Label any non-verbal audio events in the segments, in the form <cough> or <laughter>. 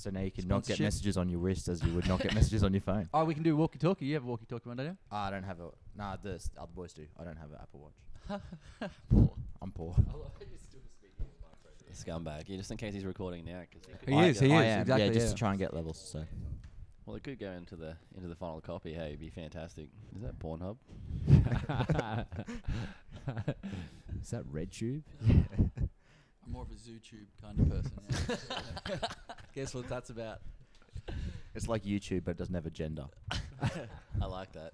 So now you can not get Sponsorship. messages on your wrist as you would not get messages on your phone. Oh, we can do walkie talkie. You have a walkie talkie one, don't you? <laughs> I don't have a. Nah, the s- other boys do. I don't have an Apple Watch. <laughs> I'm poor. The scumbag. Yeah, just in case he's recording now. 'cause he could- He I- is, he I is, am, exactly, Yeah, just yeah. to try and get levels. So well, it could go into the into the final copy. Hey, it'd be fantastic. Is that <laughs> Pornhub? <laughs> Is that red tube? I'm more of a ZooTube kind of person. Yeah. Guess what that's about? <laughs> it's like YouTube, but it doesn't have a gender. I like that.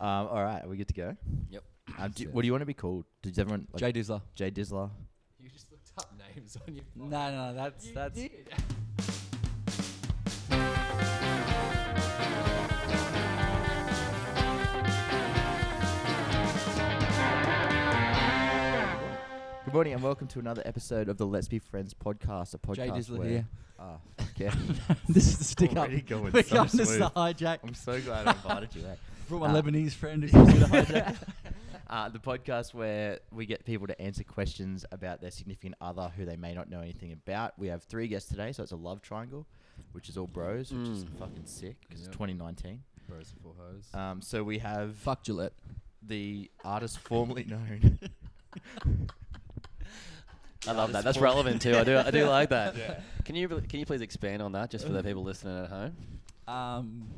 Um, all right, are we good to go? Yep. Um, do, what do you want to be called? Does everyone like Jay Dizzler. Jay Dizzler? You just looked up names on your No, no, no, that's that's. <laughs> <laughs> Good morning and welcome to another episode of the Let's Be Friends podcast. A podcast Jay Dizzler where here. Ah, okay. <laughs> this is the stick up. Already going We're so going to smooth. hijack. I'm so glad I invited you. eh? Brought my Ah. Lebanese friend who's going to hijack. Uh, the podcast where we get people to answer questions about their significant other who they may not know anything about. We have three guests today, so it's a love triangle, which is all bros, which is Mm. fucking sick because Yep. it's 2019. Bros before hoes. Um, so we have Fuck Gillette. the <laughs> artist formerly known. <laughs> I love that. Artist That's form- relevant too. I do. <laughs> I do like <laughs> that. Can you can you please expand on that just for the people listening at home? um,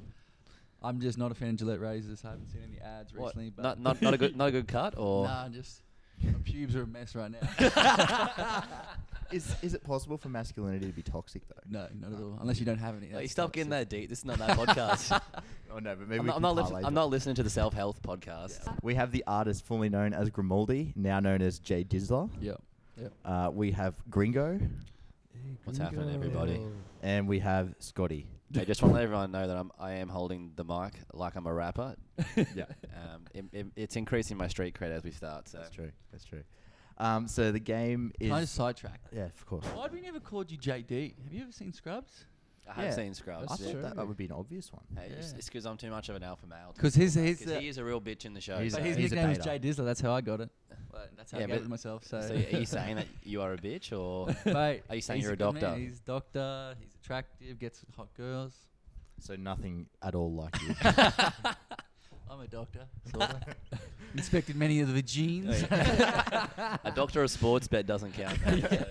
I'm just not a fan of Gillette razors. I haven't seen any ads What? recently. But Not not not a good not <laughs> a good cut or Nah, just my pubes are a mess right <laughs> now. is is it possible for masculinity to be toxic though? no, not at all. Unless you don't have any. Like, that's stop toxic. getting that deep. This is not that podcast. Oh no, but maybe I'm we can not, I'm, not listen- parlay I'm that. not listening to the self health podcast. We have the artist formerly known as Grimaldi, now known as Jay Dizzler. <laughs> Yep. Uh, we have Gringo, What's happening, everybody? Mm. and we have Scotty. I just want to let everyone know that I'm I am holding the mic like I'm a rapper. yeah, <laughs> <laughs> Um, it, it, it's increasing my street cred as we start. So that's true. That's true. Um, so the game is Can I just sidetrack? yeah, of course. Why have we never called you JD? Have you ever seen Scrubs? I have Yeah, seen Scrubs. I that's yeah. thought true. that, that would be an obvious one. Hey, it's- Yeah. It's because I'm too much of an alpha male. to 'Cause be his- called that, his, 'cause uh, he is a real bitch in the show. he's so- But a- his he's a nickname is Jay beta. Dizzler. That's how I got it. Well, that's how Yeah, I got but- it myself. So, so are you saying that you are a bitch <laughs> or Mate, are you saying he's you're a good man. doctor? He's doctor. He's attractive. Gets hot girls. So nothing at all like <laughs> you. <laughs> I'm a doctor. Sorta. <laughs> Inspected many of the genes. <laughs> a doctor of sports bet doesn't count. mate, so-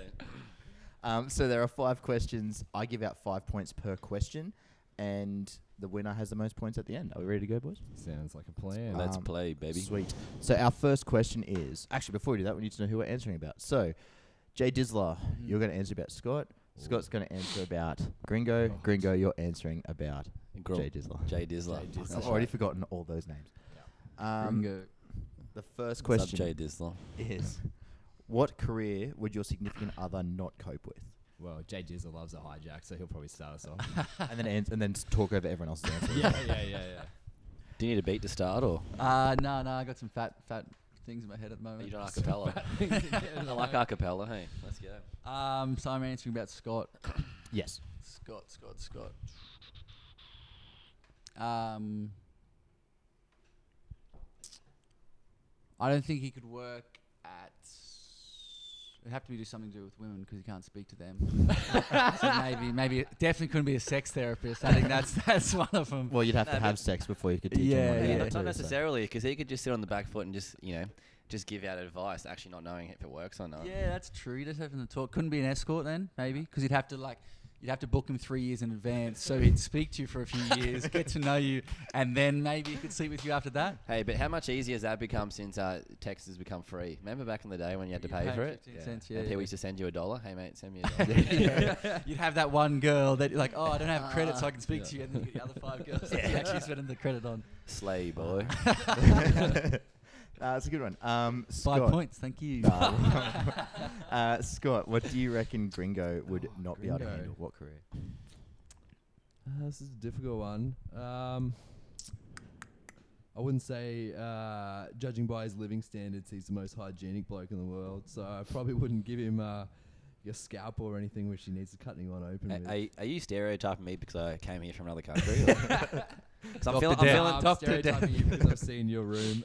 Um, so there are five questions. I give out five points per question, and the winner has the most points at the end. Are we ready to go, boys? Sounds like a plan. Uh, Let's Um, play, baby. Sweet. So our first question is actually before we do that, we need to know who we're answering about. So, Jay Dizzler, you're going to answer about Scott. Scott's going to answer about Gringo. Oh. Gringo, you're answering about Grom- Jay Dizzler. Jay Dizzler. Jay Dizzler. I've already forgotten all those names. Um, Gringo. the first What's up, Jay question Dizzler. is, what career would your significant other not cope with? Well, Jay Dizzle loves a hijack, so he'll probably start us off. <laughs> And then ans- and then s- talk over everyone else's answer. <laughs> yeah, yeah, yeah, yeah. Do you need a beat to start or Uh, no, no, I got some fat, fat things in my head at the are moment. you <laughs> <laughs> doing acapella? <laughs> I like acapella. Hey, let's go. Um, so I'm answering about Scott. Yes. Scott, Scott, Scott. Um, I don't think he could work at. It'd have to be do something to do with women because he can't speak to them. <laughs> so maybe, maybe definitely couldn't be a sex therapist. I think that's <laughs> that's one of them. Well, you'd have No, to but- have sex before you could teach Yeah, him. yeah, what Yeah, to yeah, do not, too, so. not necessarily, because he could just sit on the back foot and just you know just give out advice, actually not knowing if it works or not. Yeah, that's true. He doesn't have to talk. Couldn't be an escort then, maybe, because you'd have to like. You'd have to book him three years in advance, so he'd speak to you for a few years, get to know you, and then maybe he could sleep with you after that. Hey, but how much easier has that become since uh, text has become free? Remember back in the day when you had to You pay pay for it? 15 cents, and yeah, people yeah. used to send you a dollar. Hey, mate, send me <laughs> a dollar. <laughs> You'd have that one girl that you're like, oh, I don't have credit, so I can speak to you, and then you get the other <laughs> five girls that you actually spending the credit on. <laughs> Slay, boy. <laughs> uh, that's a good one. Um, Scott, Five points, thank you. <laughs> Nah. <laughs> uh, Scott, what do you reckon Gringo would Oh, not be able to Gringo. handle? What career? Uh, this is a difficult one. Um, I wouldn't say, uh, judging by his living standards, he's the most hygienic bloke in the world. So I probably wouldn't give him uh, your scalpel or anything which he needs to cut anyone open A- with. are, are you stereotyping me because I came here from another country? or- 'Cause I'm, feeling, I'm, <laughs> Death. feeling, I'm Dr. stereotyping you because I've seen your room.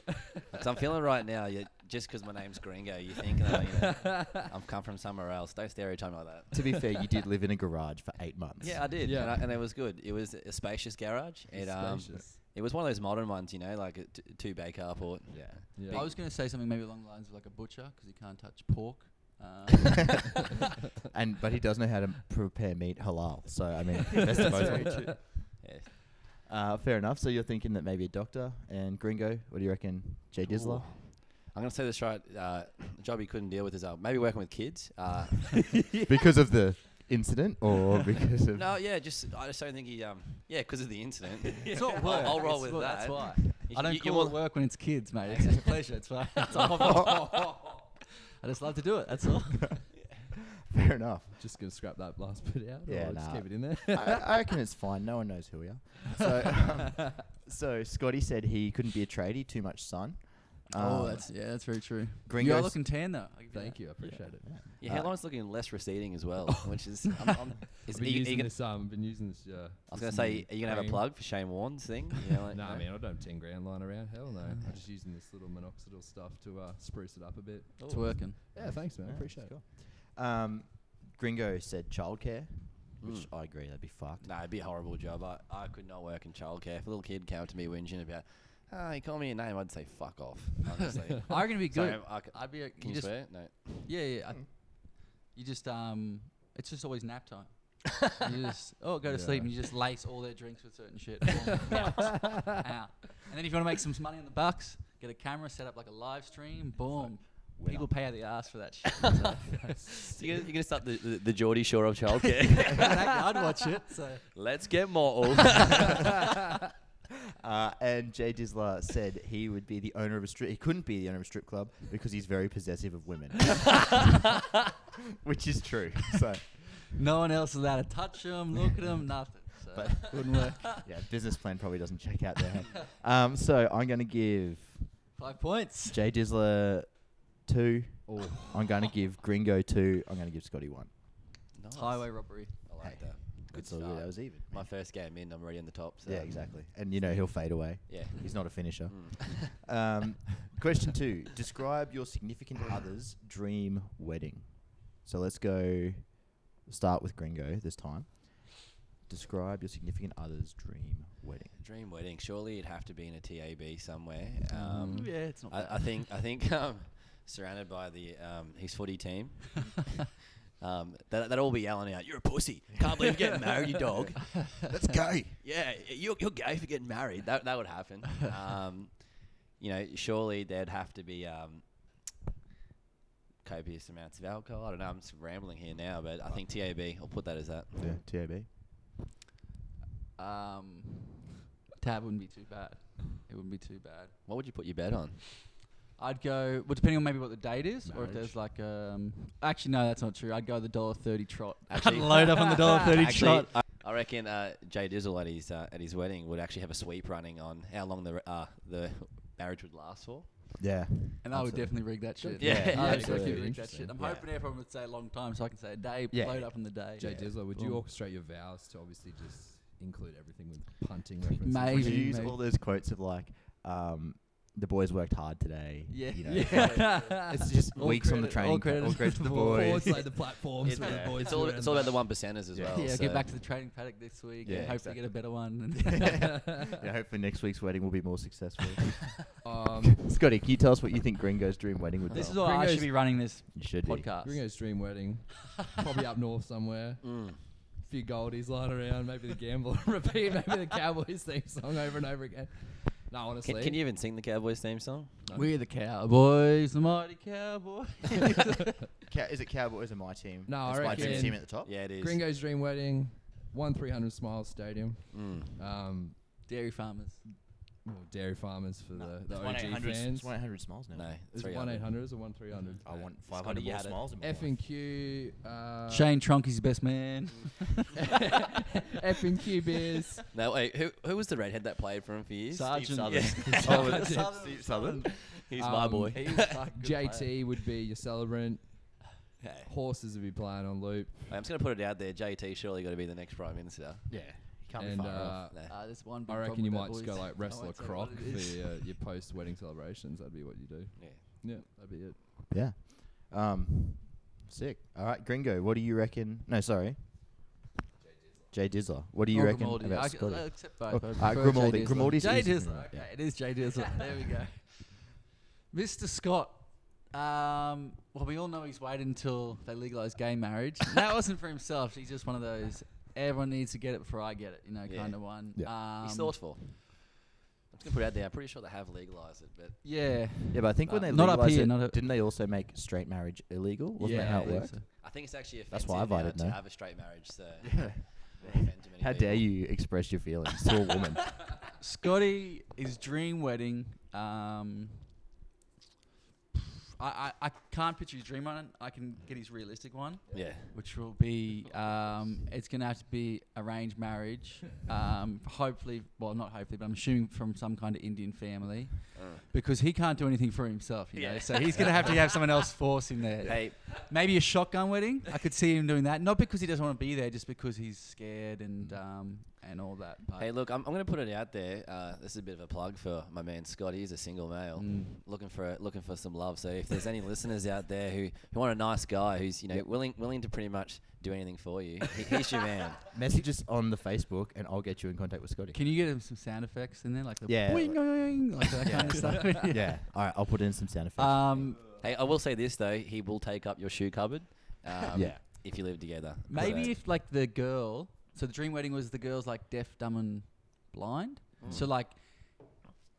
'cause I'm feeling right now. You, just because my name's Gringo, you think that you know, I'm come from somewhere else. Don't stereotype me like that. to be fair, you did live in a garage for eight months. Yeah, I did, Yeah. And, I, and it was good. It was a spacious garage. It um, Spacious. it was one of those modern ones, you know, like a t- two bay carport. yeah. Yeah. I was going to say something maybe along the lines of like a butcher because he can't touch pork. <laughs> <laughs> <laughs> Um, And but he does know how to prepare meat halal. So I <laughs> mean, <laughs> best of both worlds. Yes. Uh, fair enough. So you're thinking that maybe a doctor and Gringo. What do you reckon, Jay Dizzler? I'm gonna say this right. Uh, the job he couldn't deal with is uh, maybe working with kids. Uh, <laughs> <laughs> Because of the incident, or because of no, yeah, just I just don't think he. Um, yeah, because of the <laughs> incident. It's I'll- not work. I'll, roll it's with wo- that. That's why. You- I don't you- you call want- it work when it's kids, mate. It's <laughs> just a pleasure. It's fun. It's a <laughs> hobby. I just love to do it. That's <laughs> all. <laughs> fair enough. just gonna scrap that last bit out. Yeah, or just nah. keep it in there. I, <laughs> I reckon it's fine. No one knows who we are. So, um, so Scotty said he couldn't be a tradie. Too much sun. oh, Um, that's yeah, that's very true. you are Gringo's- looking tan though. I'll give Thank you, I appreciate it. Your Uh, hairline's looking less receding as well, which is. I'm, I'm, is I've are you- are been you using gonna- this. Um, I've been using this. Yeah. I was gonna say, are you gonna have a <laughs> plug for Shane Warne's thing? You know, like, nah, no? man, I don't have ten grand lying around. Hell no. I'm just using this little minoxidil stuff to uh, spruce it up a bit. It's working. Yeah, thanks, man. Yeah, appreciate it. it's cool. Um, Gringo said childcare, which Mm. I agree that'd be fucked. Nah, it'd be a horrible job. I, I could not work in childcare. If a little kid came up to me whinging about, ah, he called me a name, I'd say fuck off. <laughs> Honestly. I reckon it'd be Sorry, good. I, c- I'd be. A, can you you, just swear? No. yeah yeah. I, you just um, it's just always nap <laughs> time. you just oh go to sleep Yeah. and you just lace all their drinks with certain shit. <laughs> out, out. And then if you want to make some money on the bucks, get a camera, set up like a live stream. Boom. People pay out the ass for that <laughs> shit. so- you're, gonna, you're gonna start the, the, the Geordie Shore of <laughs> childcare. exactly. I'd watch it. So Let's <laughs> get mortal. <laughs> <laughs> Uh, and Jay Dizzler said he would be the owner of a strip. He couldn't be the owner of a strip club because he's very possessive of <laughs> women, <laughs> which is true. So, no one else is allowed to touch them, look <laughs> at them, nothing. So but <laughs> wouldn't work. <laughs> yeah, business plan probably doesn't check out there. hey? Um, so I'm gonna give Five points. Jay Dizzler two. Oh. I'm gonna give Gringo two. I'm gonna give Scotty one. <laughs> Nice. Highway robbery. I like Hey, that. Good That's all good. start. That was even. My man. first game in, I'm already on the top. So. yeah, exactly. And you know he'll fade away. Yeah. <laughs> He's not a finisher. Mm. <laughs> Um, question two: Describe your significant other's dream wedding. So let's go. Start with Gringo this time. Describe your significant other's dream wedding. <laughs> Dream wedding. Surely it'd have to be in a TAB somewhere. Mm, <laughs> Um, yeah, it's not. I, I bad. think I think <laughs> um, surrounded by the um, his footy team. um, that that'll all be yelling out. You're a pussy. Can't believe you're getting married, you dog. That's gay. Yeah, you're, you're gay for getting married. That that would happen. Um, you know, surely there'd have to be um, copious amounts of alcohol. I don't know. I'm just rambling here now, but I think TAB. I'll put that as that. Yeah, TAB. <laughs> Um, tab wouldn't be too bad. It wouldn't be too bad. What would you put your bet on? I'd go. Well, depending on maybe what the date is, or if Marriage. there's like um. Actually, no, that's not true. I'd go the dollar thirty trot. Actually- I'd load up on the <laughs> dollar thirty Actually, trot. I, I reckon uh, Jay Dizzle at his uh, at his wedding would actually have a sweep running on how long the re- uh, the marriage would last for. Yeah. And I would Absolutely. definitely rig that shit. Yeah, I'd yeah, definitely absolutely. rig that shit. I'm Yeah. hoping everyone would say a long time, so I can say a day. Yeah. Load up on the day. Jay Dizzler, would you Boom. orchestrate your vows to obviously just include everything with <laughs> punting references? Maybe. Would you use maybe. all those quotes of like, um, the boys worked hard today. <laughs> Yeah. You know, yeah. <laughs> It's just All weeks on the credit- training. all cr- credit all to credit to the <laughs> the boys. boys. It's like the platforms It's, for the boys. it's all, to it's all about the remember. one percenters as Yeah. well. yeah, so- get back to the trading paddock this week. Yeah, and hopefully get a better one. <laughs> And yeah, hopefully next week's wedding will be more successful. <laughs> Um, Scotty, can you tell us what you think Gringo's dream wedding would be? this is why I should Gringo's- be running this you should do. podcast. Ringo's dream wedding, probably up north somewhere. Mm. A few goldies lying around, maybe the gambler <laughs> repeat, maybe the Cowboys theme song over and over again. No, honestly, Can, can you even sing the Cowboys theme song? We're the Cowboys, the mighty Cowboys. Cow- is it Cowboys or my team? No, I It's my team, reckon- team at the top. Yeah, it is. Gringo's dream wedding, one three hundred Smile Stadium, Mm. um, Dairy farmers. well, dairy farmers for the, the It's 1 OG 800 fans. It's 1 800 smiles now. No, Is it 300. one eight hundreds or one three hundred? I want gotta 500 be more added. smiles in my F life. and Q. Uh, Shane Trunk is his best man. F and Q beers. No, wait. Who who was the redhead that played for him for years? Sergeant. Southern. <laughs> Oh, was it Steve Southern? He's my Um, boy. <laughs> He was a fucking good JT player. would be your celebrant. Hey. Horses would be playing on loop. I'm just gonna put it out there. JT surely got to be the next prime minister. Yeah. Can't And, be far off. uh, No. Uh, there's one big I reckon problem you with might that just boys. go like <laughs> I wrestler won't say what croc it for uh, is. your, your post wedding celebrations. That'd be what you do. Yeah. Yeah, that'd be it. Yeah. Um, sick. All right, Gringo, what do you reckon? No, sorry. Jay Dizzler. What <laughs> do you Or reckon Grimaldi. about I, Scotty? I accept both. Oh, but I uh, prefer Grimaldi. Jay Dizzler. Grimaldi's Jay easy. Dizzler. Okay, it is <laughs> Jay Dizzler. there we go. Mr. Scott. Um, well, we all know he's waited until they legalize gay marriage. And that wasn't for himself. He's just one of those everyone needs to get it before I get it, you know, Yeah. kind of one. Um, He's thoughtful. I'm just gonna put it out there. I'm pretty sure they have legalized it, but Yeah. Yeah, but I think when Uh, they not up legalized here, it, not up- didn't they also make straight marriage illegal? Wasn't that how it I think worked? so. I think it's actually offensive That's why I now voted to no. have a straight marriage. So <laughs> Yeah. won't offend too many How dare people. you express your feelings to a <laughs> woman? Scotty, his dream wedding. Um, I, I, I can't picture his dream one. I can get his realistic one, <laughs> Yeah. which will be um, it's going to have to be arranged marriage. Um, hopefully, well, not hopefully, but I'm assuming from some kind of Indian family Uh. because he can't do anything for himself, you know. Yeah. So he's going to have to have someone else force him there. Hey, Maybe a shotgun wedding. I could see him doing that, not because he doesn't want to be there, just because he's scared and um, and all that. But hey, look, I'm, I'm going to put it out there. Uh, this is a bit of a plug for my man Scott. He's a single male, Mm. looking for looking for some love. So if there's any listeners out there who, who want a nice guy who's you know willing willing to pretty much do anything for you, he, he's <laughs> your man. Message us on the Facebook and I'll get you in contact with Scotty. Can you get him some sound effects in there, like the Yeah. boing, boing, like that kind of <laughs> stuff? yeah. All right, I'll put in some sound effects. <laughs> Um, Hey, I will say this though, he will take up your shoe cupboard. Um, Yeah. If you live together. maybe So- if like the girl, so the dream wedding was the girl's like deaf, dumb, and blind. So Mm. like,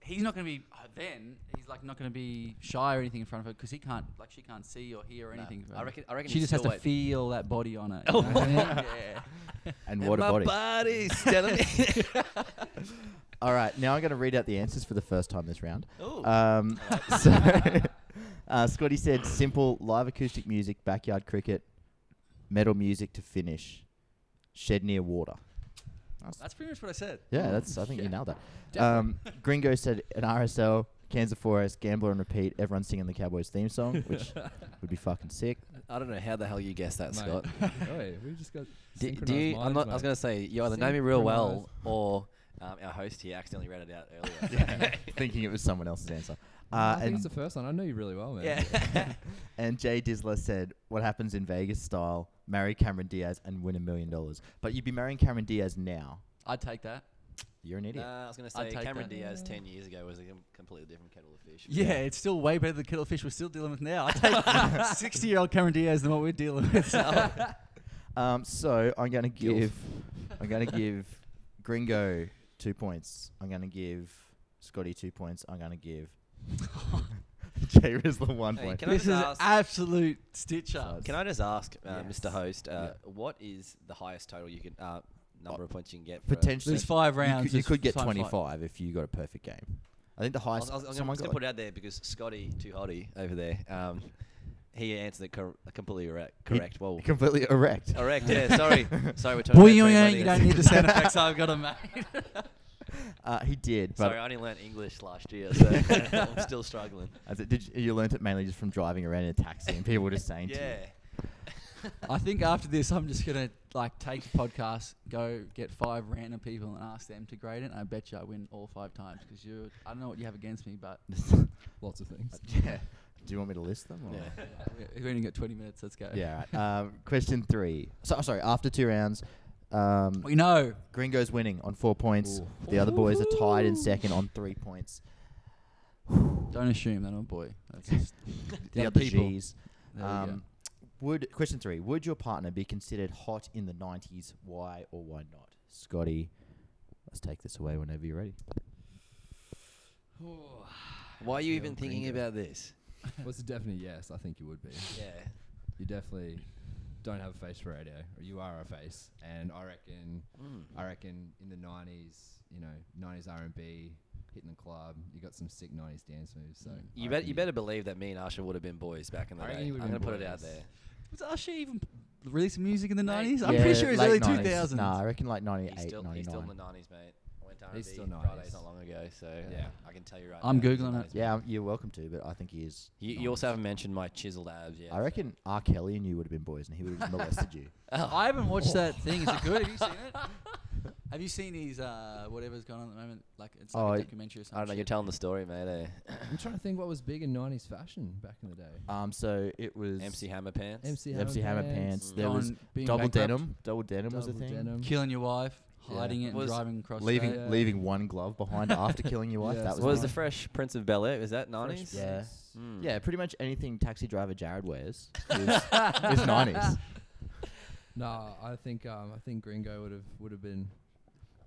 he's not going to be uh, then. He's like not going to be shy or anything in front of her because he can't like she can't see or hear or No, anything. I reckon. I reckon. she he's just has still to wait- feel that body on <laughs> her. you know what I mean? yeah. and water body. <laughs> body's telling me. All right, now I'm going to read out the answers for the first time this round. Ooh. <laughs> Um, so, <laughs> uh, Scotty said simple live acoustic music, backyard cricket, metal music to finish, shed near water. <laughs> That's pretty much what I said. Yeah, that's. I think you nailed that. Um, Gringo said an RSL, Kansas Forest, Gambler and Repeat. Everyone singing the Cowboys theme <laughs> song, which would be fucking sick. I don't know how the hell you guessed that, Mate. Scott. Oh, yeah, we just got. Do, do you, I'm not, I was going to say, you either know me real well or um, our host here accidentally read it out <laughs> earlier. Thinking <laughs> it was someone else's answer. I Uh, think it's and, the first one. I know you really well, man. <laughs> and Jay Dizzler said, "What happens in Vegas style? Marry Cameron Diaz and win a million dollars." But you'd be marrying Cameron Diaz now. <laughs> I'd take that. You're an idiot. Nah, I was going to I'd say, take Cameron that. Diaz 10 years ago was a com- completely different kettle of fish. <laughs> Yeah, <laughs> it's still way better than Kettlefish we're still dealing with now. I take <laughs> 60 year old Cameron Diaz than what we're dealing with. <laughs> Um, so I'm gonna Guilt. give, I'm gonna give Gringo two points. I'm gonna give Scotty two points. I'm gonna give <laughs> Jay Rizzler one Hey, point. can I this is just ask- absolute stitch up. Can I just ask, uh, Yes. Mr. Host, uh, what is the highest total you can, uh, number of points you can get? For a- Potentially, There's five you could- rounds. You it's could get times five. 25 if you got a perfect game. I think the I highest. was, I was, I was someone going to got put it like- out there because Scotty, too hotty over there, um, he answered it cor- completely correct. he- Correct. Well, <laughs> completely erect. correct. Yeah. Sorry. <laughs> <laughs> sorry. We're talking. Boy, about you, dream ain't- you weddings. don't need the <laughs> sound effects I've got them, mate. <laughs> Uh, he did, but Sorry, I only learned English last year, so <laughs> I'm still struggling. as it, did you, you learnt it mainly just from driving around in a taxi and people were just saying to you. Yeah. I think after this, I'm just going to like take the podcast, go get five random people and ask them to grade it. I bet you I win all five times because you. I don't know what you have against me, <laughs> but <laughs> Lots of things. yeah. Do you want me to list them? Or? Yeah. we- <laughs> we've only got 20 minutes. Let's go. Yeah. Right. Um, question three. So sorry. After two rounds, um, Oh, We know. Gringo's winning on four points. The other boys are tied in second on three <laughs> points. Don't assume that I'm a boy. That's just The They're other people. G's. There we go. Um, would question three? Would your partner be considered hot in the nineties? Why or why not? Scotty, let's take this away whenever you're ready. <laughs> Why are you Yeah, even thinking gringo. about this? Well, it's a definite yes. I think you would be. Yeah. You definitely don't have a face for radio, or you are a face. And I reckon, Hmm. I reckon in the '90s, you know, '90s R&B, hitting the club, you got some sick '90s dance moves. Mm. So I You, bet, reckon you better believe that me and Asha would have been boys back in the I day. reckon I'm you going would've to been put it out boys. there. Was Usher even releasing music in the Mate, nineties? I'm pretty Yeah, sure it's late early 90s. two thousands. Nah, I reckon like He's 98, still, he's still in 99. the 90s, mate. I went to He's R&B still Fridays 90s. not long ago, so yeah. Yeah. I can tell you right I'm now, he's a Googling it. 90s man. Yeah, um, you're welcome to, but I think he is. You, you also haven't mentioned my chiseled abs yet. I reckon R. Kelly <laughs> and you would have been boys, and he would have molested you. I haven't watched that thing. Is it <laughs> good? Have you seen it? Have you seen his uh, whatever's going on at the moment? Like it's Oh, like I- a documentary or I don't know. something. You're telling the story, mate. Eh? I'm trying to think what was big in 90s fashion back in the day. Um, so it was MC Hammer pants. MC, MC Hammer pants. Mm. There was double denim. Double denim was a double thing. denim. killing your wife, Yeah. hiding it, and Was- driving across. Leaving Australia. Yeah. leaving one glove <laughs> behind after killing your wife. Yeah, that was What was mine. the Fresh Prince of Bel Air? Was that nineties? yeah. Mm. yeah, pretty much anything taxi driver Jared <laughs> wears <laughs> is <laughs> nineties. Nah, I think um, I think Gringo would have would have been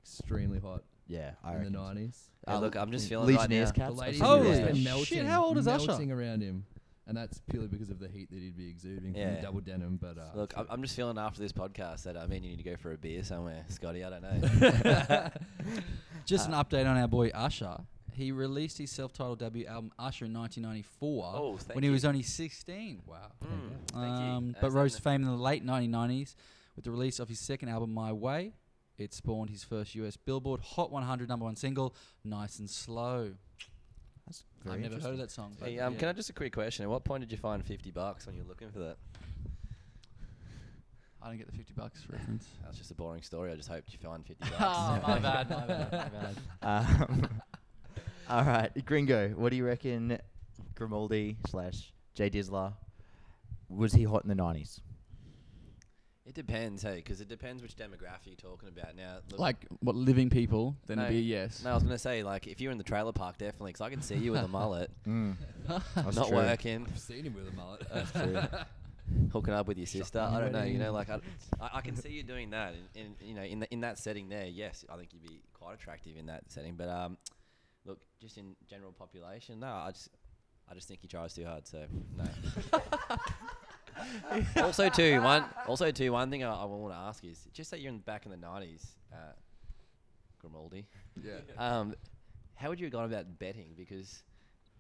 extremely hot Yeah, I in the reckon. nineties. Yeah, look, I'm just feeling it right Legionnaires now. caps. The I've ladies seen Holy would those. have been shit, melting, how old is Usher? melting around him, and that's purely because of the heat that he'd be exuding from Yeah. the double denim. But uh, Look, I'm, I'm just feeling after this podcast that I mean you need to go for a beer somewhere, Scotty. I don't know. <laughs> <laughs> Just an update on our boy Usher. He released his self-titled debut album Usher in 1994 Oh, thank when he you. was only 16. Wow. Mm, thank you. Um, That's but rose to something. fame in the late 1990s with the release of his second album, My Way. It spawned his first US Billboard Hot 100 number one single, Nice and Slow. That's I've very never heard interesting. of that song. but Hey, um, yeah. can I just a quick question? At what point did you find fifty bucks when you were looking for that? I don't get the 50 bucks <laughs> reference. That's just a boring story. I just hoped you found <laughs> fifty bucks. oh, my bad, my bad, <laughs> my bad. Um, <laughs> all right, Gringo, what do you reckon? Grimaldi slash Jay Dizzler was he hot in the nineties? <laughs> It depends, hey, because it depends which demographic you're talking about. Now, look- Like, what, living people? Then No, it'd be a yes. <laughs> no, I was gonna say like if you're in the trailer park, definitely, because I can see you with a mullet, <laughs> Mm. That's not true. working, I've seen him with a mullet. <laughs> That's true. hooking up with your sister. up I your don't know, you know, like wedding. <laughs> I, I, I can see you doing that, and, and you know, in the, in that setting there, yes, I think you'd be quite attractive in that setting. But um, look, just in general population, no, I just. I just think he tries too hard, so <laughs> no. also, too one. Also, too one thing I, I want to ask is just that you're in back in the nineties, uh, Grimaldi. Yeah. Um, how would you have gone about betting? Because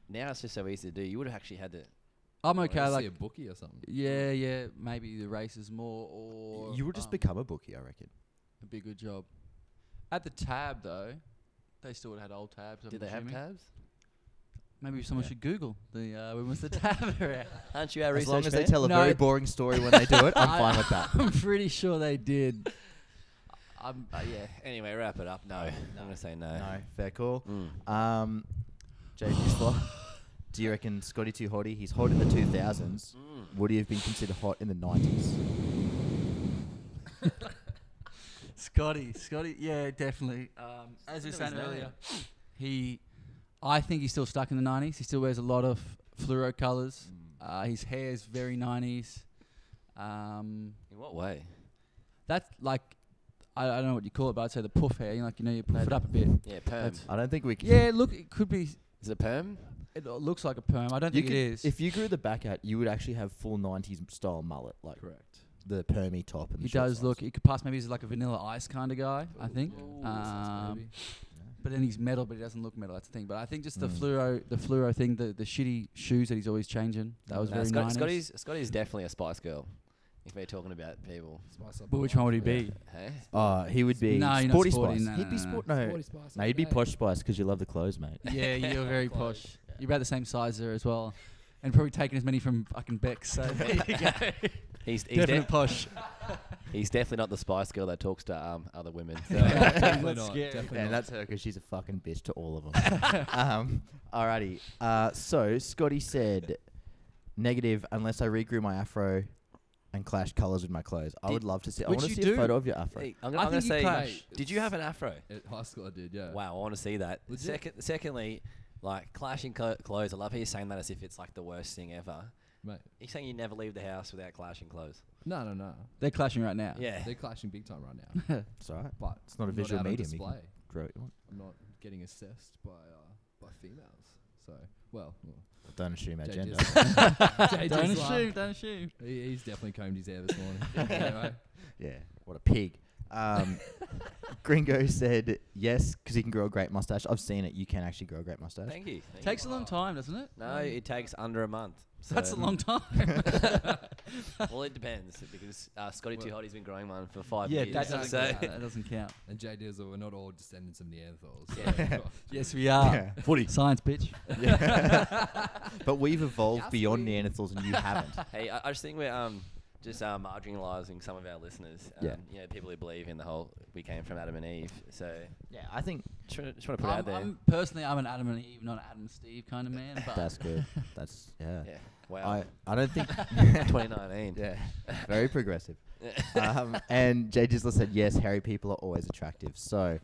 now it's just so easy to do. You would have actually had to. <laughs> I'm Or okay, see like, a bookie or something. yeah, yeah, maybe the race is more or. You would just um, become a bookie, I reckon. It'd be a good job. At the tab, though, they still would have had old tabs. I'm Did they have assuming. tabs? Maybe someone Yeah. should Google the uh, when was <laughs> the tab around. Aren't you our As long research as they man? tell a No, very it- boring story when they do it, I'm <laughs> I- fine with that. I'm pretty sure they did. <laughs> I'm, Uh, yeah. Anyway, wrap it up. No, I'm gonna say no. No, fair call. Mm. Um, Jay <laughs> Dizzler, do you reckon Scotty too hotty? He's hot in the 2000s. Mm. Would he have been considered hot in the 90s? Scotty, Scotty, yeah, definitely. Um, as you Look at said his earlier, name. he, I think he's still stuck in the '90s. He still wears a lot of fluoro colors. Uh, his hair is very '90s. Um, In what way? that's like, I, I don't know what you call it, but I'd say the puff hair. You know, like you know, you puff No, it up a bit. Yeah, perm. That's- I don't think we can. Yeah, look, it could be. Is it perm? It looks like a perm. I don't You think it could- is. If you grew the back out, you would actually have full 90s style mullet, like Correct. the permy top. And He the short does sides. look. He could pass maybe as like a vanilla ice kind of guy, I think. Ooh, Um, maybe. but then he's metal, but he doesn't look metal. That's the thing. But I think just the Mm. fluoro, the fluoro thing, the, the shitty shoes that he's always changing. That was Nah, very Scott- nice. Scotty's Scotty's definitely a Spice Girl. If we're talking about people, Spice up But the which one would he life. be? <laughs> hey. Uh, he would be No, you're not sporty sporty, spice. no, He'd no, be no, no. sport. No, Sporty Spice no, all he'd be day. posh spice because you love the clothes, mate. Yeah, you're very Close. posh. You're about the same size there as well, and probably taking as many from fucking Beck's. So <laughs> there you go. He's he's, Definite de- posh. he's definitely not the Spice Girl that talks to um other <laughs> women. So. definitely That's not. scary. Definitely and not. that's her because she's a fucking bitch to all of them. <laughs> um, alrighty. Uh, so Scotty said, negative unless I regrew my afro and clash colors with my clothes. I Did- would love to see. I which want to you see a do. photo of your afro. Hey, I'm, gonna- I I'm gonna think you say, clash. did you have an afro? At high school, I did. Yeah. Wow, I want to see that. Legit. Second, secondly, like clashing clo- clothes. I love how you're saying that as if it's like the worst thing ever. Mate. You're saying you never leave the house without clashing clothes. No, no, no. They're clashing right now. <laughs> Yeah. They're clashing big time right now. It's alright. But It's not a I'm visual out on medium, you can- display. Grow what you want. I'm not getting assessed by uh, by females. So well, well Don't assume our Jay gender. <laughs> Dizzler. Jay Don't Dizzler. assume. Don't assume. He, he's definitely combed his hair this <laughs> morning. anyway, Yeah, what a pig. Um, Gringo said yes because he can grow a great mustache. I've seen it. You can actually grow a great mustache. Thank you. thank Takes a long Wow. time, doesn't it? you. No, it takes under a month. <laughs> That's a so- long time. <laughs> <laughs> well, it depends because uh, Scotty Too Hotty's been growing one for five yeah, years. that doesn't doesn't, so count. that doesn't count. and Jay Dizzler, we're not all descendants of Neanderthals. So Yeah. Yes, we are. Footy. Science, bitch. <laughs> but we've evolved beyond Neanderthals and you haven't. hey, I, I just think we're um just um, marginalising some of our listeners. Um, Yeah. You know, people who believe in the whole we came from Adam and Eve. So Yeah, I think just want to put it out I'm, there. I'm personally, I'm an Adam and Eve, not an Adam and Steve kind of man. But that's <laughs> <laughs> good. That's yeah. yeah. Wow. I I don't <laughs> think 2019. <laughs> <laughs> yeah, <laughs> very progressive. um, and Jay Gisler said yes. Hairy people are always attractive. So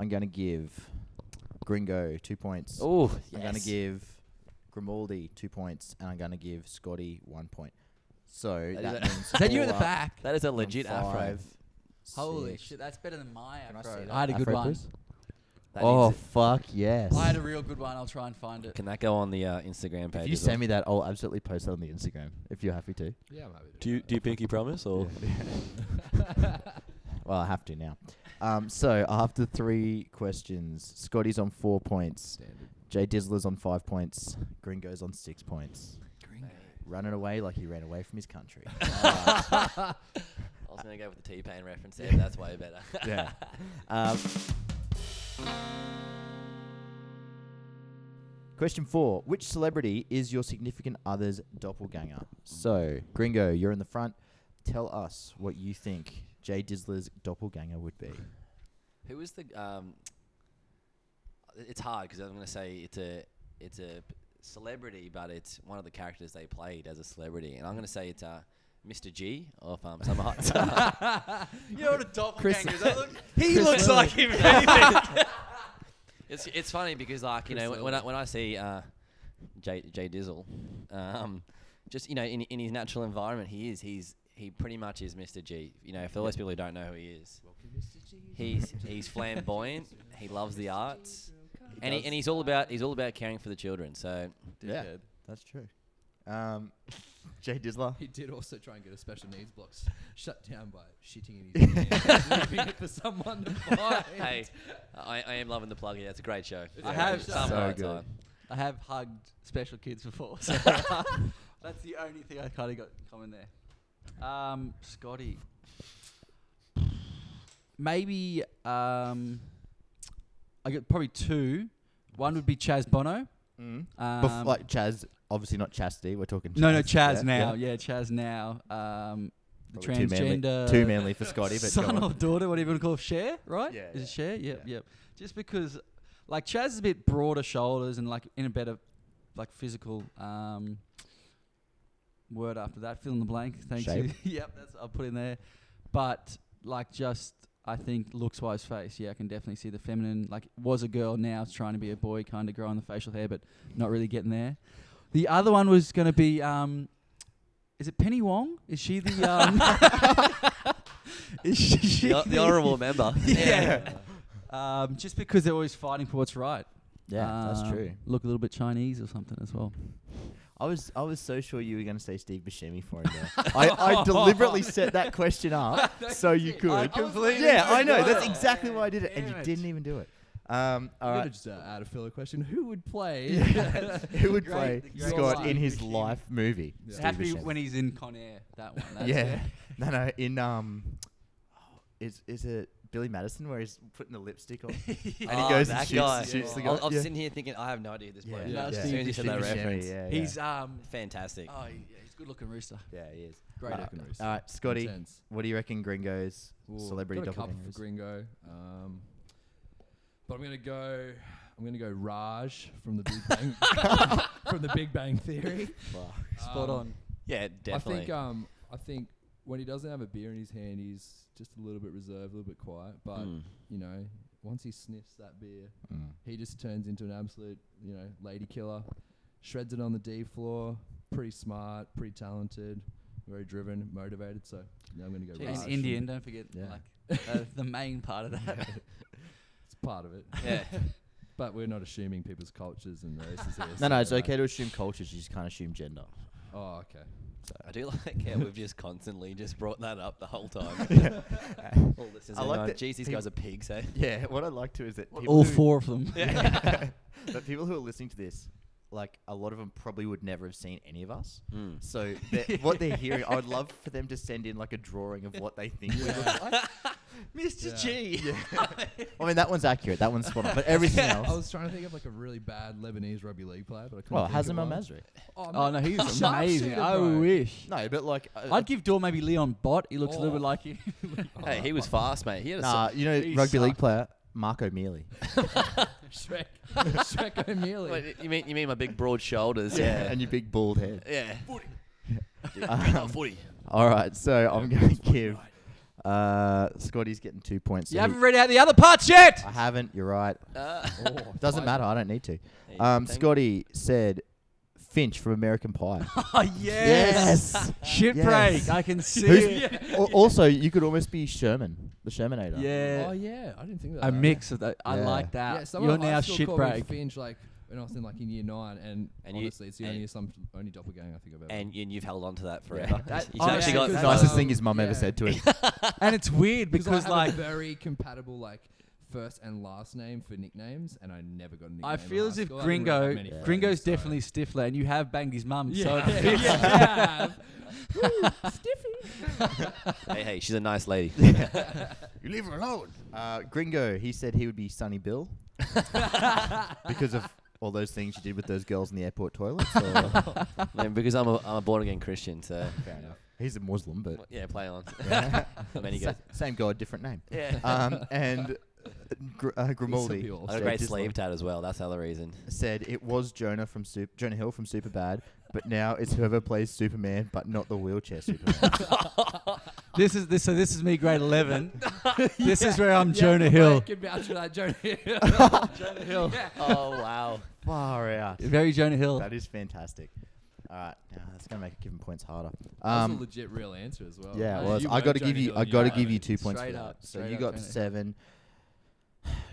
I'm going to give Gringo two points. Oh, I'm going to give Grimaldi two points, and I'm going to give Scotty one point. So that, is a- means <laughs> is that you all in the up, back? That is a I'm legit afro. five, Holy six. shit, that's better than my Can I afro. see that I had a good afro, one. please? That Oh needs it. fuck yes! I had a real good one. I'll try and find it. Can that go on the uh, Instagram page? if you send me that, I'll absolutely post that on the Instagram if you're happy to. Yeah, I'm happy to do you, do you pinky promise or? <laughs> Well, I have to now. Um, so after three questions, Scotty's on four points. Standard. Jay Dizzler's on five points. Gringo's on six points. Running away like he ran away from his <laughs> country. I was going to go with the T Pain reference there. but That's way better. <laughs> yeah. Um, question four Which celebrity is your significant other's doppelganger? So, Gringo, you're in the front. Tell us what you think Jay Dizzler's doppelganger would be. Who was the? Um, it's hard because I'm going to say it's a it's a p- celebrity, but it's one of the characters they played as a celebrity, and I'm going to say it's uh, Mr. G of um, Summer Heights. You know what a doppelganger is? I <laughs> look- <laughs> he looks like him. anything. <laughs> it's it's funny because like you know when I, when I see uh, Jay Jay Dizzle, um, just you know in in his natural environment he is he's he pretty much is Mr. G. You know for those people who don't know who he is, he's he's flamboyant. He loves the arts, and he, and he's all about he's all about caring for the children. <laughs> So Yeah. Dickhead. That's true. Um, <laughs> Jay Dizzler. He did also try and get a special needs block s- shut down by shitting <laughs> in his pants, leaving it for someone to find. hey, I, I am loving the plug here. It's a great show. I have- Summer So Heights good. on. I have hugged special kids before. <laughs> So <laughs> that's the only thing I kind of got in common there. Um, Scotty. Maybe um, I got probably two. One would be Chaz Bono. Mm. Um, Bef- like Chaz, obviously not chastity. We're talking. no, no, Chaz yeah, now. yeah. Yeah, Chaz now. Um, the Probably transgender. Too manly, too manly for Scotty, but go son on. or daughter, whatever you want to call it, share, right? Yeah, Is yeah, it share? Yep, yeah. yep. Just because, like, Chaz is a bit broader shoulders and like in a better, like physical um, word after that. Fill in the blank. Thank you. Shape. <laughs> yep, that's I'll put in there. But like, just I think looks wise face. Yeah, I can definitely see the feminine. Like, was a girl now is trying to be a boy, kind of growing the facial hair, but not really getting there. The other one was going to be. Um, is it Penny Wong? Is she the um, <laughs> is she, The, the honourable member. yeah. Um, just because they're always fighting for what's right. Yeah, that's Um, true. Look a little bit Chinese or something as well. I was I was so sure you were going to say Steve Buscemi for him. There. <laughs> I, I deliberately set that question up <laughs> so you could. I completely yeah, I know. forgot. That's exactly why I did it, and you Damn it. didn't even do it. Um, all I'm gonna <laughs> right. just uh, add a filler question. Who would play? <laughs> Who would Great- play the great Scott Steve in his Buscemi. life movie? Yeah. It has to be Buscemi. when he's in Con Air, that one. That's yeah. it. <laughs> no, no. In um, is is it Billy Madison where he's putting the lipstick on <laughs> <laughs> and he Oh, goes and that shoots, guy. shoots the I guy? was, I was Yeah. sitting here thinking, I have no idea who this bloke. Yeah, is. No, yeah. As Steve soon as you said that Buscemi, reference, Yeah, yeah. He's um fantastic. oh yeah, he's good looking rooster. yeah, he is. Great Uh, looking rooster. All right, Scotty. Intense. What do you reckon, Gringos? Ooh, celebrity got a couple doppelgangers. for Gringo. Um, but I'm gonna go. I'm gonna go Raj from the Big Bang <laughs> from the Big Bang Theory. Spot Um, on. Yeah, definitely. I think uh, um, I think when he doesn't have a beer in his hand, he's just a little bit reserved, a little bit quiet. But Mm. you know, once he sniffs that beer, Mm. he just turns into an absolute, you know, lady killer. Shreds it on the D floor. Pretty smart, pretty talented, very driven, motivated. So now I'm gonna go. He's Raj. Indian, don't forget Yeah. <laughs> like uh, the main part of that. It's part of it. <laughs> yeah. But we're not assuming people's cultures and <laughs> races. here, No, so, no, it's uh, okay to assume cultures. You just can't assume gender. Oh, okay. I do <laughs> like how we've just constantly just brought that up the <laughs> whole time. All this is I like going on. that Jeez, these people- guys are pigs, eh? <laughs> Yeah, what I like to is that All who- <laughs> four of them. <laughs> but people who are listening to this, like a lot of them probably would never have seen any of us. Mm. <laughs> So they're- what they're hearing, I would love for them to send in like a drawing of what they think we look like. Mr. Yeah. G. I mean, that one's accurate. That one's spot on. But <laughs> everything I else. was trying to think of like a really bad Lebanese rugby league player, but I couldn't. Well, think of Hazem Al one. Masri. Oh, <laughs> no, he's Sharp amazing. shooter, I bro. wish. No, but like. Uh, I'd give Dor maybe Leon Bott. He looks a little bit Oh. like <laughs> you. Hey, he was fast, mate. He had a nah, you know, he rugby league sucked. player, Marco Mealy. <laughs> Shrek. Shrek O'Mealy. Wait, you mean you mean my big broad shoulders? Yeah, and your big bald head. <laughs> yeah. Footy. <laughs> Dude, Um, footy. <laughs> All right, so I'm going to give. Uh, Scotty's getting two points. so you he- haven't read out the other <laughs> parts yet. I haven't. You're right. Uh, Oh, Doesn't I- matter. I don't need to. hey, Um, thank- Scotty said Finch from American Pie. Oh <laughs> yes. <laughs> Shit Yes. break. I can see. Who's- it. Al- also, you could almost be Sherman, the Shermanator. Yeah. Oh yeah, I didn't think of that. A mix of that. I Yeah. like Yeah, that. someone You're at high now school shit called Me break. Finch, like when I was in like in year nine, and, And you- honestly, it's the and- only some only doppelganger I think I've ever. and and you've held on to <laughs> that Yeah. forever. That- You've oh, actually yeah, got good The That's, nicest um, thing his mum ever yeah. said to <laughs> him. and it's <laughs> weird because I have like a very compatible like first and last name for nicknames, and I never got a nickname. I in feel high as if school. I didn't really have Gringo, many friends, Gringo's so- <laughs> definitely Stifler, and you have banged his mum. So Yeah, it <laughs> fits. yeah. <laughs> <laughs> hey, hey, she's a nice <laughs> lady. you leave her alone. Uh, Gringo, he said he would be Sunny Bill because of all those things you did with those girls in the airport toilets. uh, or- <laughs> Man, because I'm a I'm a born again Christian, so Fair enough. He's a Muslim, but yeah, play on. <laughs> Many <laughs> <laughs> Sa- goes. same god, different name. Yeah. Um, and uh, Gr- uh, Grimaldi Bill. I had a said great just slave like- tat as well. That's the other reason. said it was Jonah from Sup- Jonah Hill from Superbad, but now it's whoever plays Superman, but not the wheelchair Superman. <laughs> This is this. So this is me, grade <laughs> eleven. <laughs> this is where I'm Yeah, Jonah I Hill. can vouch for that, Jonah Hill. oh wow. Far out. <laughs> Very Jonah Hill. That is fantastic. All right, now that's gonna make it giving points harder. That was a Um, legit real answer as Oh, well. yeah, Uh, it was. you I were got to Jonah give you. Hill, I got to were give you Jonah two points Straight for up, that. So straight you up, got Jonah. seven.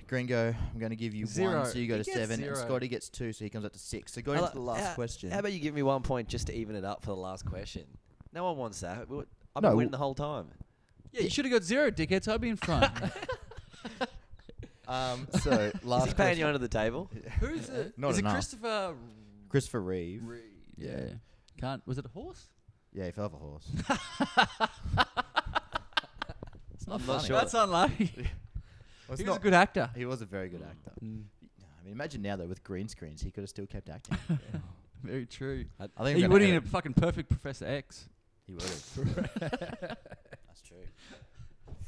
Gringo, I'm going to give you Zero. one, so you go He to gets seven, and zero. Scotty gets two, so he comes up to six. So going Hello- to the last how- question. <laughs> How about you give me one point just to even it up for the last question? No one wants that. We- I've No, been w- winning the whole time. Yeah, you should have got zero, dickhead. So I'd be in front. <laughs> um, <laughs> <laughs> so last Is he paying question. you under the table? Who's it? Not is enough. it Christopher Christopher Reeve. Reed? Yeah. Can't. Was it a horse? Yeah, he fell off a <laughs> horse. It's I'm not funny. sure. That's unlucky. Well, it's he was not- a good actor. He was a very good actor. Mm, I mean, imagine now though with green screens, he could have still kept acting. <laughs> very true. I He we're would have gonna been a edit- fucking perfect Professor X. He would <laughs> have. That's true.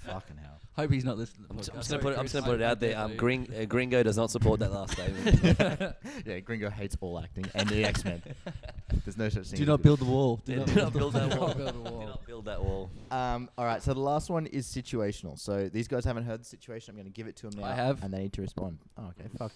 Fucking hell. Hope he's not listening. To the I'm, just, I'm podcast. just gonna put it, I'm just gonna put it out there. Um, Definitely. Gring, uh, Gringo does not support that last statement. Yeah, Gringo hates all acting and the X Men. There's no such thing. Do as not good- build the wall. Do Do not not build that Don't wall. <laughs> build a Do wall. not build that wall. Um, all right, so the last one is situational. So these guys haven't heard the situation. I'm going to give it to them now. I have. And they need to respond. Oh, okay. Fuck.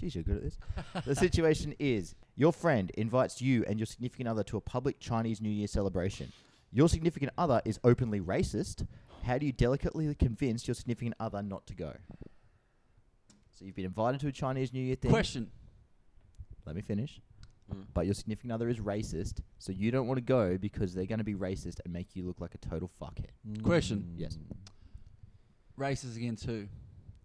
Jeez, you're good at this. the <laughs> situation is your friend invites you and your significant other to a public Chinese New Year celebration. Your significant other is openly racist. How do you delicately convince your significant other not to go? So you've been invited to a Chinese New Year thing. Question. Let me finish. Mm. But your significant other is racist, so you don't want to go because they're going to be racist and make you look like a total fuckhead. Question. Yes. Races again too.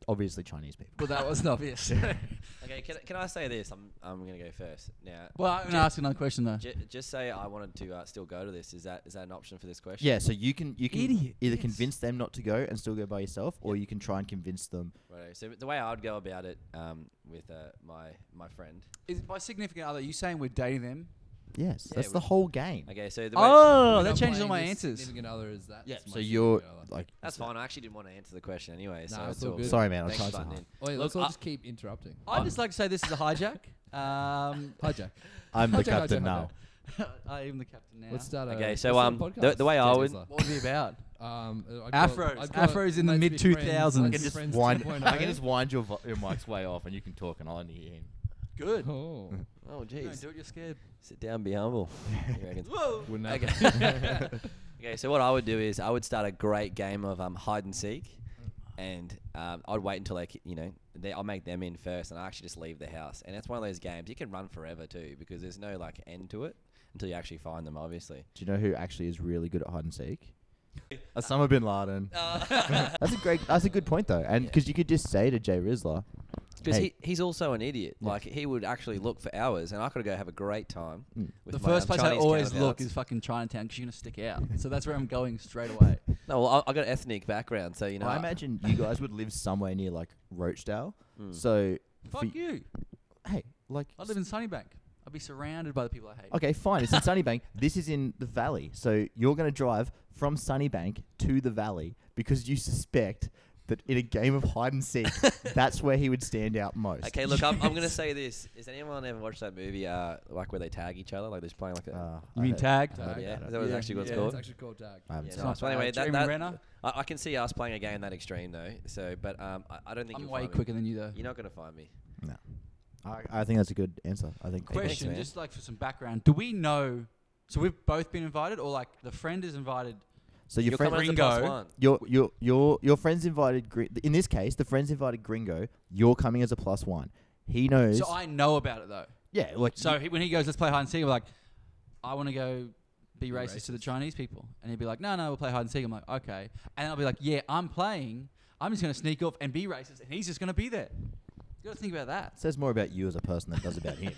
Obviously, Chinese people. Well, that wasn't <laughs> obvious. Okay, can, I- can I say this? I'm I'm gonna go first now. well, I'm gonna ask you another question though. Ju- just say I wanted to uh, still go to this. Is that is that an option for this question? Yeah, so you can you can Idiot, either yes. convince them not to go and still go by yourself, or you can try and convince them. Righto. So the way I'd go about it um, with uh, my my friend. Is by significant other you saying we're dating them? Yes, Yeah, that's we- the whole game. Okay, so the way Oh, When that I'm changes all playing my this answers. Significant other is that. that's my so you're significant other. like, that's fine. I actually didn't want to answer the question anyway. so Nah, it's it's all all good. sorry, man, I Thanks tried for so butting hard. in. Oh, yeah, Look, let's all I- just keep interrupting. I'd just like to say this is a <laughs> hijack. um, Hijack. I'm <laughs> the Hijack, hijack, captain hijack. now. I am the captain now. Let's start. A, Okay, let's so, start a um, the- the way I podcast. would- Tesla. what was he about? Um, uh, I'd call it- Afros. I'd call it Afros in the Let's Be mid Friends. 2000s. Let's Be Friends oh. wind, 2.0. I can just wind your, vo- your mics way off, and you can talk, and I'll only hear him. Good. Oh, Oh jeez. do it. You're scared. Sit down, be <laughs> humble. He reckons. Whoa. wouldn't happen. okay. <laughs> okay, so what I would do is I would start a great game of um, hide and seek, and um, I'd wait until like you know they, I'll make them in first, and I actually just leave the house. And it's one of those games you can run forever too because there's no like end to it until you actually find them, obviously. Do you know who actually is really good at hide and seek? Osama bin Laden. Uh, Uh. <laughs> <laughs> that's a great. That's a good point though, and Yeah. because you could just say to Jay Rizler, Because Hey. he, he's also an idiot. Yeah. Like he would actually look for hours, and I could go have a great time. Mm. With The my, first um, place I Chinese always look counterparts. <laughs> is fucking Chinatown because you're gonna stick out. so that's where I'm going straight away. No, well, I, I got ethnic background, so you know. I imagine you guys would live somewhere near like Roachdale. Mm. So, for Hmm. Fuck you. hey, like, I live in Sunnybank. I'd be surrounded by the people I hate. okay, fine. It's in Sunnybank. <laughs> This is in the valley. So you're going to drive from Sunnybank to the valley because you suspect that in a game of hide and <laughs> seek, that's where he would stand out most. Okay, look, I'm, <laughs> I'm gonna say this. Has anyone ever watched that movie, uh, like where they tag each other, like they're just playing like a? Ah, You I mean heard- tag? I heard about yeah, is it. that what Yeah, it's actually what it's yeah, called? It's actually called Tag. I haven't Yeah, seen nice. it. So anyway, that, Jeremy that, Renner. I, I can see us playing a game that extreme though. So, but um, I, I don't think I'm you'll way find me. quicker than you though. You're not gonna find me. No. I, I think that's a good answer. I think. Thanks, Question, man. just like for some background, do we know? So we've both been invited, or like the friend is invited. So your You're coming friend, as a plus Ringo. one. your your your your friends invited. Gri- in this case, the friends invited Gringo. You're coming as a plus one. He knows. So I know about it though. yeah, like So he, when he goes, let's play hide and seek, I'm like, I want to go be Be racist, to the racist. Chinese people, and he'd be like, no, no, we'll play hide and seek. I'm like, okay, and I'll be like, yeah, I'm playing. I'm just gonna sneak off and be racist, and he's just gonna be there. You gotta think <laughs> about that. says more about you as a person than it does <laughs> about him.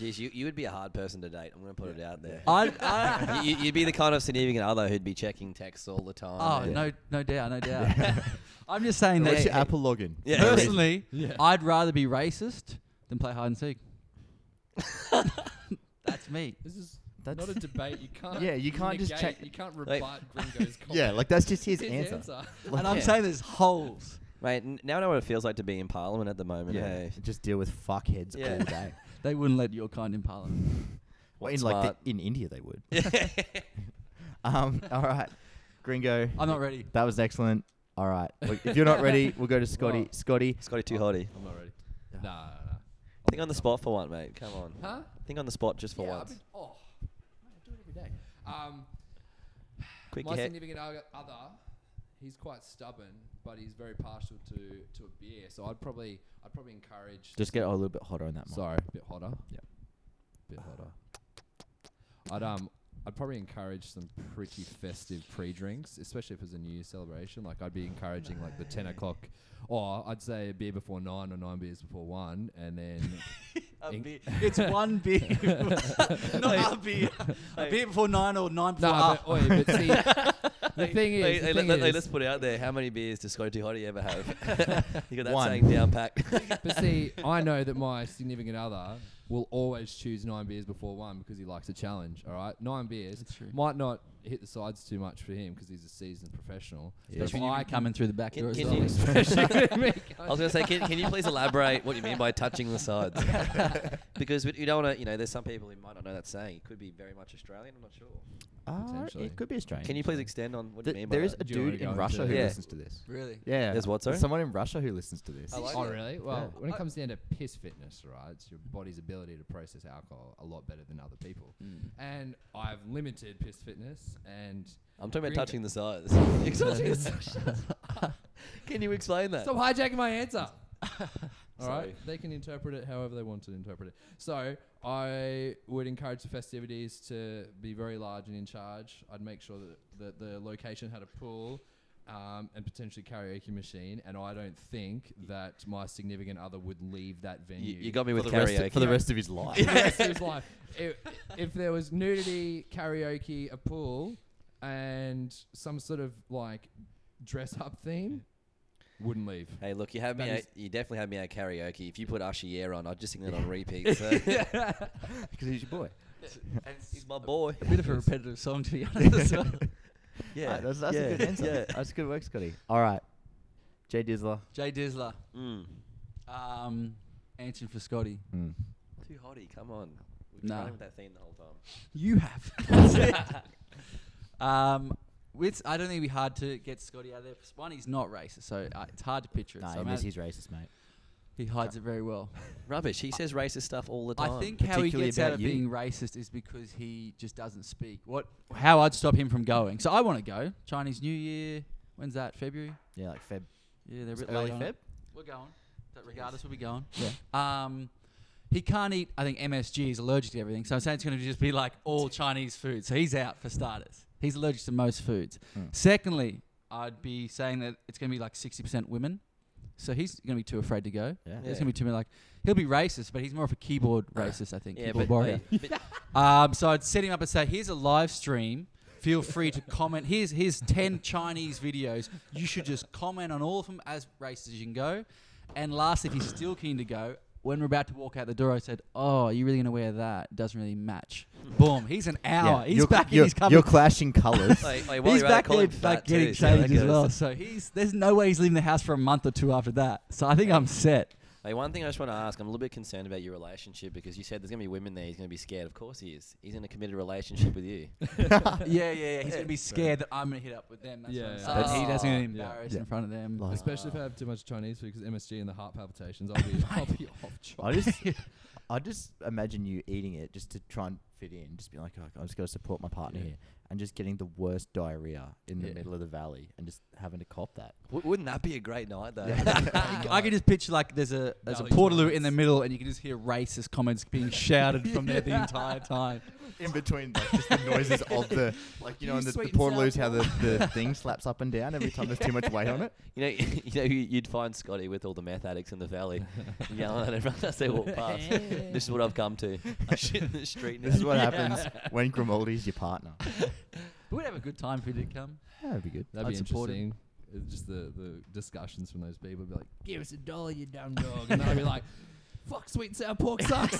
Jeez, you, you would be a hard person to date. I'm gonna put it out there. I, I you, you- you'd be the kind of significant other who'd be checking texts all the time. oh and- no, no doubt, no doubt. <laughs> I'm just saying What's that your Apple login? Yeah. personally, Yeah. I'd rather be racist than play hide and seek. That's me. This is That's- not a debate. You can't. Yeah, you can't just negate- check- You can't Like- rebut Gringo's comment. Yeah, like that's just his, It's answer. And I'm Yeah. saying there's holes. mate. n- Now I know what it feels like to be in Parliament at the moment. Yeah, Hey, just deal with fuckheads Yeah. all day. They wouldn't let your kind in parliament. Well, in like smart. the, in India they would. <laughs> um. All right, Gringo. I'm not ready. <laughs> That was excellent. All right. Well, If you're not ready, we'll go to Scotty. Well- Scotty. <laughs> Scotty too hotty. I'm not ready. Yeah. Nah, Think on the spot for one, mate. Come on. Huh? Think on the spot just for yeah, I've once. been, oh, man, I do it every day. Um, Quick my your head. significant o- other, he's quite stubborn, but he's very partial to, to a beer. So I'd probably I'd probably encourage. Just get a little bit hotter on that. mic. Sorry, a bit hotter. Yeah, bit hotter. I'd um I'd probably encourage some pretty festive pre-drinks, especially if it's a New Year celebration. Like I'd be encouraging like the ten o'clock, or I'd say a beer before nine or nine beers before one, and then Ink. beer. It's one beer. <laughs> <laughs> not a beer. A beer before nine or nine before Nah, half. but, oi, <laughs> but <laughs> <laughs> see, the thing is, Hey, the hey, let, thing let- hey, is- let's put it out there. How many beers does Scotty Too Hotty ever have? <laughs> <laughs> you got that One. saying down packed. but see, I know that my significant other will always choose nine beers before one because he likes a challenge. All right, nine beers That's true. might not hit the sides too much for him because he's a seasoned professional. Yeah. But if Especially when I you're coming through the back Can- door as can well. you- <laughs> <laughs> I I was going to say, can, can you please elaborate what you mean by touching the <laughs> sides? because we, you don't want to, you know, there's some people who might not know that saying. It could be very much Australian. I'm not sure. Uh, Potentially. it could be Australian. Can you please extend on what Th- you mean by there is that? a Do you wanna dude go in into Russia who Yeah. listens to this. Really? Yeah. There's what, sorry? Someone in Russia who listens to this. I like oh it. really? Well, Yeah. when I- it comes down to piss fitness, right? It's your body's ability to process alcohol a lot better than other people. Mm. And I've limited piss fitness, and I'm talking about Gringo. touching <laughs> the sides. You're touching the sides. <laughs> Can you explain that? Stop hijacking <laughs> my answer. All Sorry. right, they can interpret it however they want to interpret it. So I would encourage the festivities to be very large and in charge. I'd make sure that, that the location had a pool um, and potentially karaoke machine. And I don't think that my significant other would leave that venue. you, you got me with for, the rest karaoke. of, for the rest <laughs> of his life. for <laughs> the rest of his life. If, if there was nudity, karaoke, a pool, and some sort of like dress up theme, wouldn't leave. Hey, look, you have me. That At, is- you definitely have me at karaoke. If you put Usher on, I'd just sing that on repeat. <laughs> So. Because he's your boy. He's my boy. A bit of a repetitive song, to be honest. as well. Yeah, Alright, that's that's yeah, a good answer. Yeah. That's good work, Scotty. All right. Jay Dizzler. Jay Dizzler, Mm. um, answering for Scotty. Hmm. Too hotty. Come on. We've Nah. with that theme <laughs> the whole time. You have. <laughs> That's <laughs> it. um, with, I don't think it'd be hard to get Scotty out of there. One, he's not racist, so uh, it's hard to picture it. Nah, so he I'm miss- at- he's racist, mate. he hides it very well. Rubbish. He says racist stuff all the time. I think how he particularly gets out about of you. being racist is because he just doesn't speak. What? How I'd stop him from going. So I want to go. Chinese New Year. When's that? February. Yeah, like Feb. Yeah, they're a Is bit it early late on it. Feb? We're going. That regardless, we'll be going. Yeah. Um, he can't eat. I think MSG is allergic to everything. So I'm saying it's going to just be like <laughs> all Chinese food. So he's out for starters. He's allergic to most foods. Mm. Secondly, I'd be saying that it's going to be like 60% women. So he's going to be too afraid to go. Yeah. Ah. There's gonna be too many like he'll be racist, but he's more of a keyboard racist, I think. <laughs> Yeah, keyboard but, warrior. hey, but Um, so I'd set him up and say, here's a live stream Feel free to comment. Here's here's ten Chinese videos. You should just comment on all of them as racist as you can go. And last, if you're still keen to go, when we're about to walk out the door, I said, "Oh, are you really gonna wear that? It doesn't really match." Boom. He's an hour. He's you're, back in you're, his cupboard. You're clashing colours. <laughs> Like, like, while He's you're at it, back call there, him fat like getting too, uh, so that changed as goes. well. So he's there's no way he's leaving the house for a month or two after that. So I think I'm <laughs> set. Like one thing I just want to ask, I'm a little bit concerned about your relationship because you said there's gonna be women there. He's gonna be scared. Of course he is. He's in a committed relationship with <laughs> you. yeah, yeah, yeah. He's gonna be scared that I'm gonna hit up with them. That's what Yeah, I'm yeah. saying. That's- he doesn't get Yeah. embarrassed Oh, Yeah. in front of them. Like- Especially if I have too much Chinese food because MSG and the heart palpitations, <laughs> I'll be, I'll be off track. I just, I just imagine you eating it just to try and fit in, just being like, "Oh, I just got to support my partner Yeah. here, and just getting the worst diarrhea in the Yeah. middle of the valley, and just having to cop that. W- wouldn't that be a great night though? <laughs> I can just picture like there's a there's a Valley portaloo in Giants. the middle, and you can just hear racist comments being shouted from there the entire time. In between, the, just the noises of the, like you know, You in the, the sweet portaloos, sour how the, the thing slaps up and down every time there's too much weight on it. You know, <laughs> you know, who you'd find Scotty with all the meth addicts in <laughs> the valley, yelling at everyone as they walk past. this is what I've come to. <laughs> I'm shit in the street. This is now." what happens when Grimaldi's your partner. But <laughs> we'd have a good time if he did come. That would be good. That'd I'd be support him. interesting. It's just the, the discussions from those people would be like, give us a dollar, you dumb dog. And I'd be like, fuck, sweet and sour pork sucks.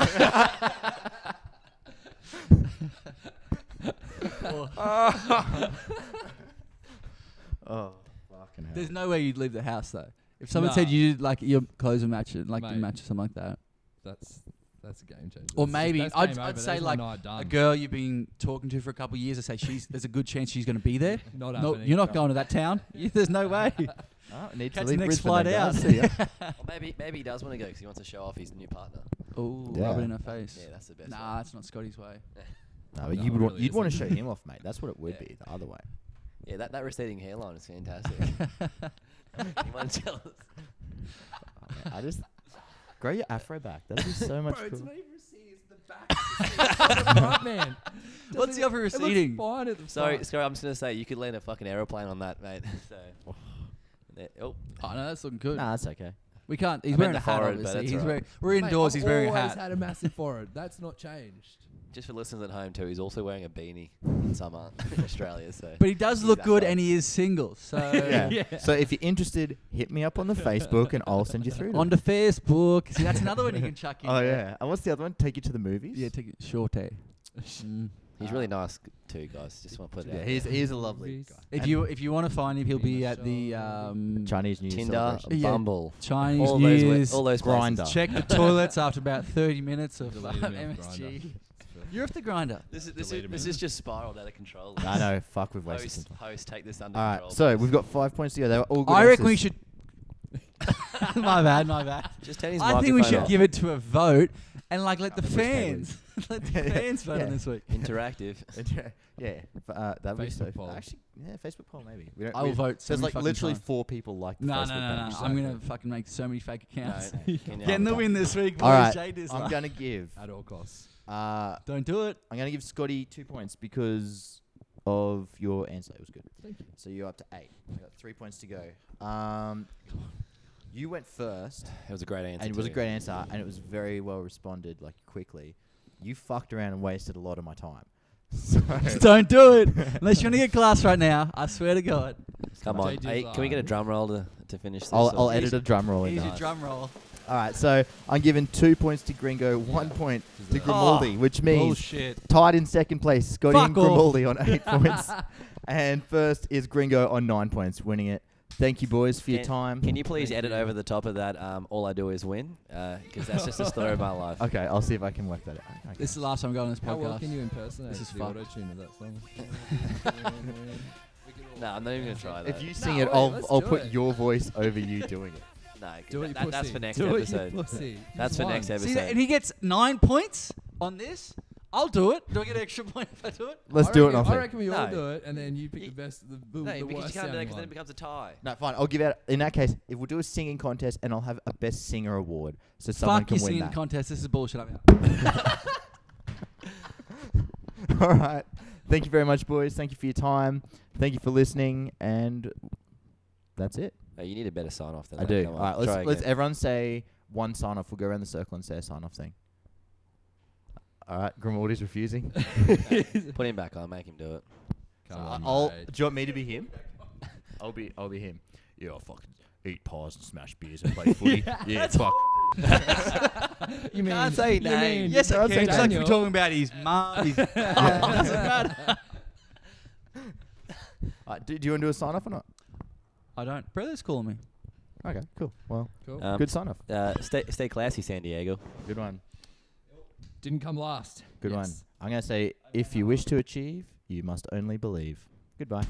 Oh, fucking hell. <laughs> There's no way you'd leave the house though. If someone Nah. said you did like your clothes were matching, like Mate. you match or something like that, that's, that's a game changer. Or That's just- maybe- that's I'd- game I'd over. say There's my like night done. a girl you've been talking to for a couple of years, I say she's there's a good chance she's gonna be there. Not No, happening. you're not going to that town. <laughs> You- There's no way. Ah, I need to Catch leave the next Brisbane flight then, out. guys. See ya. <laughs> Or <laughs> maybe, maybe he does want to go because he wants to show off his new partner. <laughs> Oh, Yeah. rub it in her face. Yeah, that's the best. Nah, one. that's not Scotty's way. No, but No, you it would want, really you'd want to isn't. show him off, mate. That's what it would Yeah. be the other <laughs> way. Yeah, that, that receding hairline <laughs> is fantastic. <laughs> Anyone's jealous? Oh, man, I just grow your afro back. That'd be so much. Bro, it's cooler. not <laughs> even receding, it's the back. It's the front, man. <laughs> What's the Doesn't- other it looks receding? fine at the Sorry, front. sorry. I'm just gonna say you could land a fucking aeroplane on that, mate. <laughs> so, Oh. there- oh, oh no, that's looking good. Nah, that's okay. We can't. I He's wearing meant the a hat. forehead, but obviously, that's he's all wearing. right. We're indoors. Mate, he's wearing a I've always hat. had a massive forehead. That's not changed. just for listeners at home too, he's also wearing a beanie. and Some aren't <laughs> in Australia, so. <laughs> but he does he's look that good, guy. and he is single. <laughs> So yeah. So if you're interested, hit me up on the Facebook and I'll send you <laughs> through. to on the them. Facebook. See, that's another one <laughs> you can chuck in. Oh there. yeah. And what's the other one? Take you to the movies. Yeah, take it short. Eh? Mm. He's really nice g- too, guys. Just want to put it Yeah, out. he's there. he's a lovely Movies. guy. If And you if you want to find him, he'll Be be the at the show. um, Chinese New Year Tinder, celebration. Yeah. Bumble, Chinese all those, New we- all those Grindr. places. Check the <laughs> toilets after <laughs> about 30 minutes of Deleted um, me off MSG. Grindr. You're off the grinder. This is this is, Delete 'em this in. is just spiraled out of control. I know. Fuck, we've wasted some Host, time. host, take this under All right. control. So we've got five points to go. They were all good. I reckon we answers. should. <laughs> my bad, my bad. Just turn his I think we microphone should off. give it to a vote and like let I the think we should table fans <laughs> let the fans vote Yeah. on this week. <laughs> interactive. <laughs> yeah. Yeah. F- Uh, that would be so. Facebook poll. Actually, yeah. Facebook poll maybe. We don't, I will we- vote. So There's many like fucking literally times. four people like the <laughs> No, Facebook no, no, no, page. <laughs> I'm gonna fucking make so many fake accounts. <laughs> No, no, can you- Get in the I'm win this week, boys. All right, Jade is I'm like- gonna give. At all costs. Uh, Don't do it. I'm gonna give Scotty two points because of your answer. It was good. Thank you. So you're up to eight. I got three points to go. Um, you went first, It was a great answer. and it was a too. great answer, and it was very well responded, like quickly. You fucked around and wasted a lot of my time. <laughs> So <laughs> Don't do <laughs> it unless you want to get class right now. I swear to God. Come on, JD's hey, can we get a live. drum roll to, to finish this? I'll, off? I'll edit a drum roll in. Here's there. your drum roll. All right, so I'm giving two points to Gringo, one point to Grimaldi, which means Bullshit. tied in second place, Scotty Fuck and off. Grimaldi on <laughs> eight points, and first is Gringo on nine points, winning it. Thank you, boys, for your Can- time. Can you please Thank edit you. over the top of that? Um, all I do is win, because that's just the story of <laughs> my life. Okay, I'll see if I can work that out. Okay. This is the last time I'm going on this podcast. How well can you impersonate This is the fucked. auto tune of that <laughs> song? <laughs> No, I'm not even gonna try that. If you sing No, it, wait, I'll let's I'll do put it. your voice over you doing it. no, 'cause Do it, you that- that- that's pussy. for next Do it, you episode. pussy. That's for You've next won. episode. See that, and he gets nine points on this. I'll do it. Do I get an extra <laughs> point if I do it? Let's I do it. reckon- Off I reckon we all No. do it, and then you pick You- the best, the, the, No, the because worst you can't do that sounding because then one. it becomes a tie. No, fine. I'll give out. In that case, if we'll do a singing contest, and I'll have a best singer award, so someone Fuck can your win singing that. contest. This is bullshit. I'm out. <laughs> All right. Thank you very much, boys. Thank you for your time. Thank you for listening, and that's it. No, you need a better sign off than I that. do. Come All on, right. Let's try let's again. everyone say one sign off. We'll go around the circle and say a sign off thing. <laughs> All right. Grimaldi's refusing. put him back on. Make him do it. Come I- on, I'll, mate. do you want me to be <laughs> him? I'll be I'll be him. Yeah, I'll fucking eat pies and smash beers and <laughs> play footy. yeah, <laughs> fuck. you mean, Can't say you name. mean Yes, I Can't say can. It's like we're Daniel. talking about his mum. His <laughs> Uh, do, do you want to do a sign off or not? <laughs> I don't. Brother's calling me. Okay, cool. Well, Cool. Um, good sign off. Uh, stay, stay classy, San Diego. Good one. Didn't come last. Good one. Yes. I'm gonna say, if you wish to achieve, you must only believe. Goodbye.